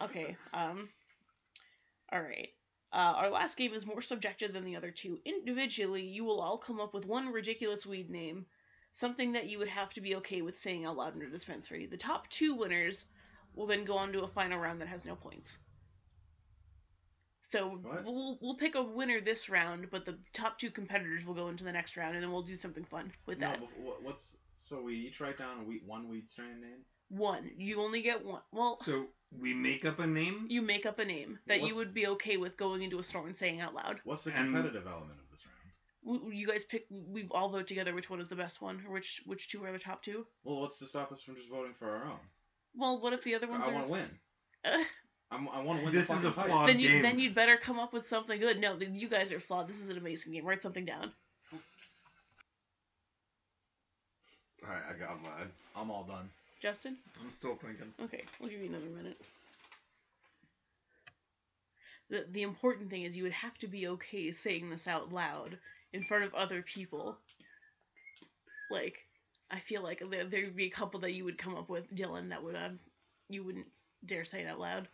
Speaker 1: Okay. Um. All right. Uh, our last game is more subjective than the other two. Individually, you will all come up with one ridiculous weed name, something that you would have to be okay with saying out loud in a dispensary. The top two winners will then go on to a final round that has no points. So
Speaker 3: What?
Speaker 1: we'll we'll pick a winner this round, but the top two competitors will go into the next round, and then we'll do something fun with
Speaker 3: No,
Speaker 1: that.
Speaker 3: but wha- what's so we each write down a weed, one weed strain name.
Speaker 1: One, you only get one. Well,
Speaker 4: So we make up a name.
Speaker 1: you make up a name that you
Speaker 3: What's-
Speaker 1: would be okay with going into a store and saying out loud.
Speaker 3: What's the
Speaker 4: And-
Speaker 3: competitive element of this round?
Speaker 1: W- w- You guys pick. We all vote together which one is the best one, or which which two are the top two.
Speaker 3: Well, what's to stop us from just voting for our own?
Speaker 1: Well, what if the other ones
Speaker 3: I
Speaker 1: are?
Speaker 3: want to win. I'm, I want to win.
Speaker 4: This
Speaker 3: the
Speaker 4: is a
Speaker 3: fucking fight.
Speaker 4: flawed
Speaker 1: then you
Speaker 4: game.
Speaker 1: then you'd better come up with something good. No, th- you guys are flawed. This is an amazing game. Write something down.
Speaker 2: All right, I got mine.
Speaker 3: I'm all done.
Speaker 1: Justin,
Speaker 4: I'm still thinking.
Speaker 1: okay, we'll give you another minute. The the important thing is you would have to be okay saying this out loud in front of other people. Like, I feel like there there'd be a couple that you would come up with, Dylan, that would um, you wouldn't dare say it out loud,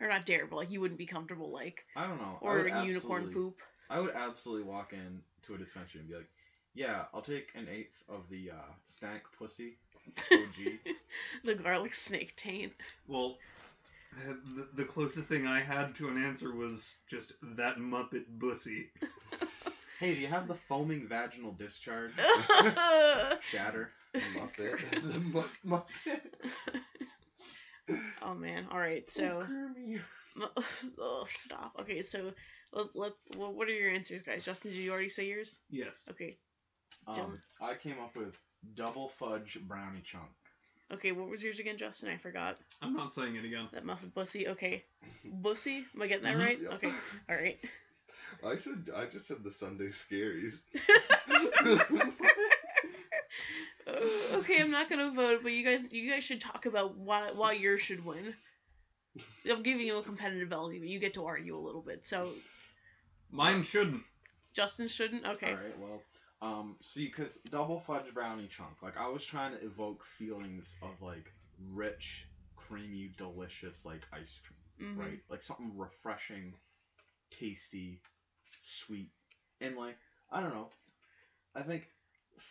Speaker 1: or not dare, but like you wouldn't be comfortable like,
Speaker 3: I don't know. I
Speaker 1: or
Speaker 3: would
Speaker 1: unicorn
Speaker 3: absolutely-
Speaker 1: poop.
Speaker 3: I would absolutely walk in to a dispensary and be like, "Yeah, I'll take an eighth of the uh, stank pussy." OG.
Speaker 1: the garlic snake taint.
Speaker 4: Well, uh, the, the closest thing I had to an answer was just that Muppet Bussy.
Speaker 3: Hey, do you have the foaming vaginal discharge? Shatter.
Speaker 2: Muppet. the mu- Muppet.
Speaker 1: oh man. All right. So
Speaker 2: Kermit.
Speaker 1: oh, stop. Okay. So let, let's. Well, what are your answers, guys? Justin, did you already say yours?
Speaker 4: Yes.
Speaker 1: Okay.
Speaker 3: Um,
Speaker 1: Don't.
Speaker 3: I came up with double fudge brownie chunk.
Speaker 1: Okay. What was yours again, Justin? I forgot.
Speaker 4: I'm not saying it again.
Speaker 1: That muffin bussy. Okay. Bussy. Am I getting that
Speaker 4: Mhm.
Speaker 1: right?
Speaker 2: Mm-hmm, Yep.
Speaker 1: Okay. All right.
Speaker 2: I said I just said the Sunday scaries.
Speaker 1: Uh, okay, I'm not gonna vote, but you guys, you guys should talk about why why yours should win. I'm giving you a competitive element. You get to argue a little bit. So
Speaker 4: Mine shouldn't.
Speaker 1: Justin shouldn't. Okay.
Speaker 3: All right. Well, um, see, because double fudge brownie chunk. Like I was trying to evoke feelings of like rich, creamy, delicious like ice cream.
Speaker 1: Mhm.
Speaker 3: right? Like something refreshing, tasty, sweet, and like I don't know. I think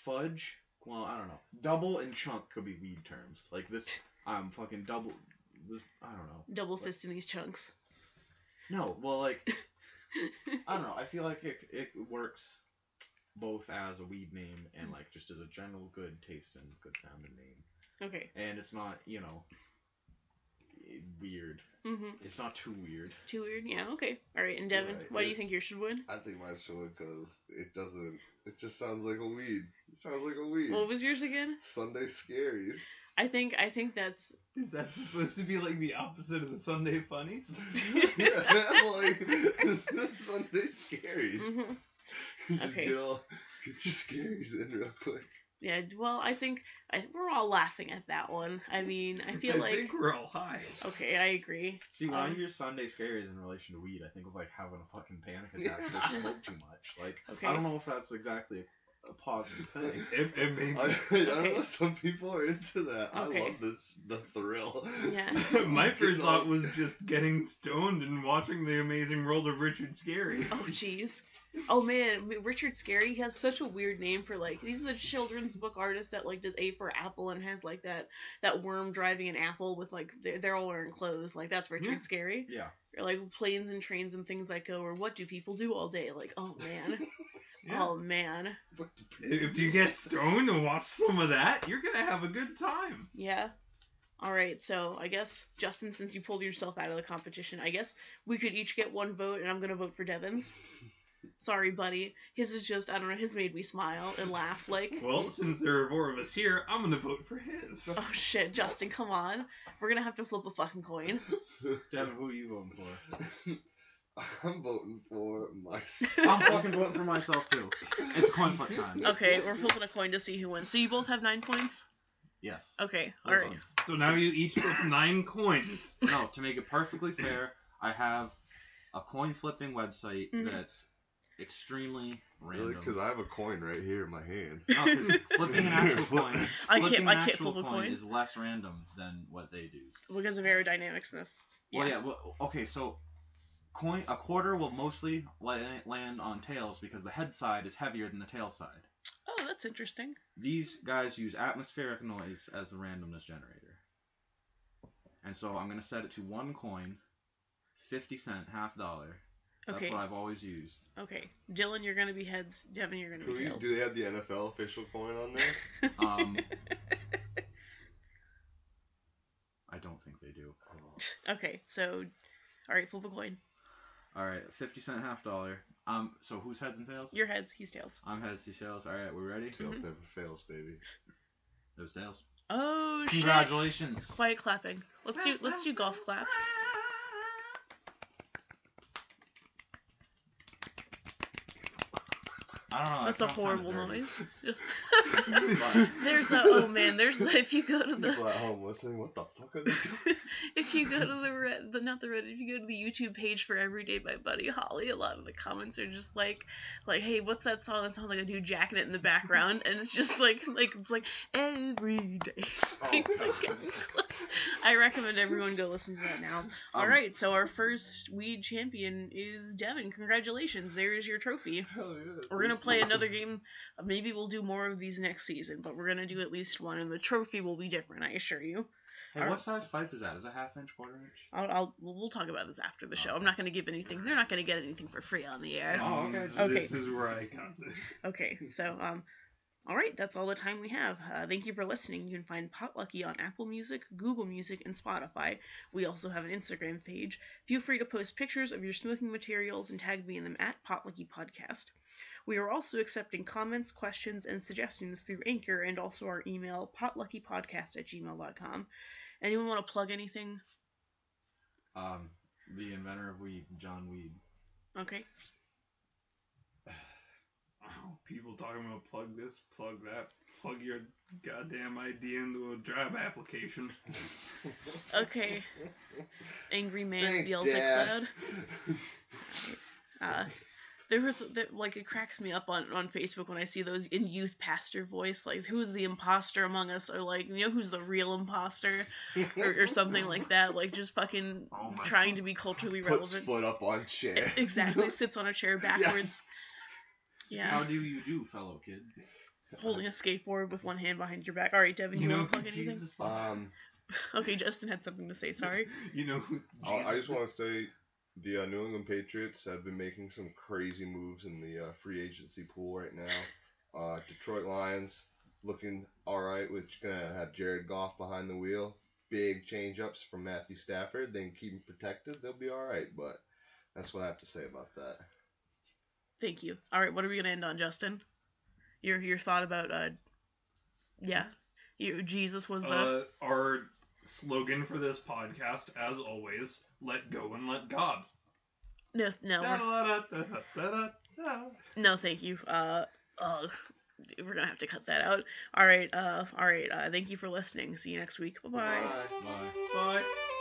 Speaker 3: fudge. Well, I don't know. Double and chunk could be weed terms. Like this, I'm fucking double. This, I don't know.
Speaker 1: Double fist in these chunks.
Speaker 3: No, well, like I don't know. I feel like it it works both as a weed name and like just as a general good taste and good sounding name.
Speaker 1: Okay.
Speaker 3: And it's not you know weird.
Speaker 1: hmm
Speaker 3: It's not too weird.
Speaker 1: Too weird. Yeah. Okay. All right. And Devin,
Speaker 2: Right.
Speaker 1: why do you think yours should win?
Speaker 2: I think mine should win because it doesn't. It just sounds like a weed. It sounds like a weed.
Speaker 1: What was yours again?
Speaker 2: Sunday scaries.
Speaker 1: I think I think that's
Speaker 4: Is that supposed to be like the opposite of the Sunday funnies?
Speaker 2: yeah, like Sunday scaries.
Speaker 1: Mhm.
Speaker 2: Just
Speaker 1: Okay.
Speaker 2: Get all get your scaries in real quick.
Speaker 1: yeah. Well, I think I, we're all laughing at that one. I mean, I feel
Speaker 4: I
Speaker 1: like
Speaker 4: think we're all high.
Speaker 1: okay, I agree.
Speaker 3: See, when I
Speaker 1: Um,
Speaker 3: hear Sunday scaries in relation to weed, I think of like having a fucking panic attack because I smoke too much. Like,
Speaker 1: Okay.
Speaker 3: I don't know if that's exactly a positive thing.
Speaker 4: It, it may
Speaker 2: I,
Speaker 4: be.
Speaker 2: I don't
Speaker 1: Okay.
Speaker 2: know. Some people are into that. I
Speaker 1: Okay.
Speaker 2: love this. The thrill.
Speaker 1: Yeah.
Speaker 4: My first
Speaker 2: Get
Speaker 4: thought
Speaker 2: all-
Speaker 4: was just getting stoned and watching The Amazing World of Richard Scarry.
Speaker 1: Oh jeez. Oh man, M- Richard Scarry he has such a weird name for like these are the children's book artists that like does A for apple and has like that that worm driving an apple with like they're, they're all wearing clothes like that's Richard
Speaker 4: Yeah.
Speaker 1: Scarry
Speaker 3: Yeah.
Speaker 1: or like planes and trains and things that go or what do people do all day like oh man
Speaker 4: Yeah.
Speaker 1: oh man
Speaker 4: If you get stoned and watch some of that, you're gonna have a good time.
Speaker 1: yeah. All right, so I guess Justin, since you pulled yourself out of the competition, I guess we could each get one vote, and I'm gonna vote for Devin's. Sorry, buddy. His is just I don't know. His made me smile and laugh like.
Speaker 4: Well, since there are four of us here, I'm gonna vote for his.
Speaker 1: Oh shit, Justin, come on. We're gonna have to flip a fucking coin.
Speaker 3: Devin, who are you voting for?
Speaker 2: I'm voting for
Speaker 3: I'm
Speaker 2: myself.
Speaker 3: fucking voting for myself too. It's coin flip time.
Speaker 1: Okay, we're flipping a coin to see who wins. So you both have nine points?
Speaker 3: Yes.
Speaker 1: Okay,
Speaker 3: Listen,
Speaker 1: alright.
Speaker 4: So now you each get nine coins.
Speaker 3: No, to make it perfectly fair, I have a coin flipping website
Speaker 1: Mhm.
Speaker 3: that's extremely
Speaker 2: Really?
Speaker 3: random.
Speaker 2: Because I have a coin right here in my hand.
Speaker 3: No, 'cause flipping an actual coin,
Speaker 1: I can't-
Speaker 3: flipping an
Speaker 1: I can't
Speaker 3: actual
Speaker 1: flip a coin.
Speaker 3: is less random than what they do.
Speaker 1: Because of aerodynamics and the
Speaker 3: Well, yeah. Well, okay. So, coin a quarter will mostly la- land on tails because the head side is heavier than the tail side.
Speaker 1: Oh, that's interesting.
Speaker 3: These guys use atmospheric noise as the randomness generator. And so I'm gonna set it to one coin, fifty cent, half dollar. That's
Speaker 1: Okay,
Speaker 3: what I've always used.
Speaker 1: okay. Dylan, you're gonna be heads. Devin, you're gonna
Speaker 2: Who
Speaker 1: be
Speaker 2: you-
Speaker 1: tails.
Speaker 2: do they have the NFL official coin on there?
Speaker 3: Um, I don't think they do.
Speaker 1: Okay, so. Alright, flip a coin.
Speaker 3: All right, fifty cent, half dollar. Um, so who's heads and tails?
Speaker 1: Your heads, he's tails.
Speaker 3: I'm heads, he's tails. All right, we're ready.
Speaker 2: Tails never fails, baby.
Speaker 3: It was tails.
Speaker 1: Oh shit.
Speaker 3: Congratulations.
Speaker 1: Quiet clapping. Let's do let's do golf claps.
Speaker 3: I don't know.
Speaker 1: That's a horrible noise. Just- there's a
Speaker 2: a
Speaker 1: oh man, there's if you go to the
Speaker 2: People at home listening, what the fuck are they doing?
Speaker 1: if you go to the red the not the red if you go to the youtube page for everyday by buddy holly a lot of the comments are just like like hey what's that song it sounds like a dude jacking it in the background and it's just like like it's like every day
Speaker 2: Oh,
Speaker 1: It's like- i recommend everyone go listen to that now
Speaker 3: Um,
Speaker 1: all right so our first weed champion is devin congratulations there is your trophy
Speaker 2: Hell yeah.
Speaker 1: we're gonna play another game Uh, maybe we'll do more of these next season but we're gonna do at least one and the trophy will be different i assure you
Speaker 3: Hey, what size pipe is that? Is it half inch, quarter inch?
Speaker 1: I'll, I'll we'll talk about this after the show. I'm not going to give anything. They're not going to get anything for free on the air.
Speaker 3: Oh, okay.
Speaker 1: Okay.
Speaker 4: Um, This is where I got this.
Speaker 1: Okay,
Speaker 2: Hmm.
Speaker 1: so um, all right, that's all the time we have. Uh, thank you for listening. You can find Potlucky on Apple Music, Google Music, and Spotify. We also have an Instagram page. Feel free to post pictures of your smoking materials and tag me in them at Potlucky Podcast. We are also accepting comments, questions, and suggestions through Anchor and also our email, potluckypodcast at gmail.com. Anyone want to plug anything?
Speaker 3: Um, the inventor of weed, John Weed.
Speaker 1: Okay.
Speaker 4: Wow, people talking about plug this, plug that, plug your goddamn ID into a job application.
Speaker 1: Okay. Angry man
Speaker 2: Thanks,
Speaker 1: yells at
Speaker 2: Dad.
Speaker 1: cloud. Uh, there was there, like it cracks me up on, on Facebook when I see those in youth pastor voice like who's the imposter among us or like you know who's the real imposter or, or something like that like just fucking
Speaker 4: Oh my
Speaker 1: trying to be culturally
Speaker 2: Puts
Speaker 1: relevant
Speaker 2: foot up on chair.
Speaker 1: exactly sits on a chair backwards
Speaker 3: How
Speaker 1: yeah
Speaker 3: do you do, fellow kids?
Speaker 1: holding a skateboard with one hand behind your back all right Devin you, want to plug
Speaker 3: Jesus
Speaker 1: anything
Speaker 3: fuck.
Speaker 2: Um,
Speaker 1: okay Justin had something to say sorry
Speaker 4: You know, who
Speaker 2: Oh,
Speaker 5: I I
Speaker 4: Jesus-
Speaker 5: just want to say the uh, New England Patriots have been making some crazy moves in the uh, free agency pool right now. Uh, Detroit Lions looking all right. We're just gonna have Jared Goff behind the wheel. Big change ups from Matthew Stafford. Then keep him protected. They'll be all right. But that's what I have to say about that.
Speaker 1: thank you all right what are we gonna end on Justin your your thought about uh yeah you, Jesus was the
Speaker 4: uh, our slogan for this podcast, as always, let go and let God.
Speaker 1: no no we're-
Speaker 4: Da-da-da-da-da-da-da.
Speaker 1: No, thank you. Uh, uh, we're gonna have to cut that out. All right. Uh, all right. Uh, thank you for listening. See you next week. Bye bye.
Speaker 2: bye.
Speaker 3: Bye.
Speaker 4: Bye.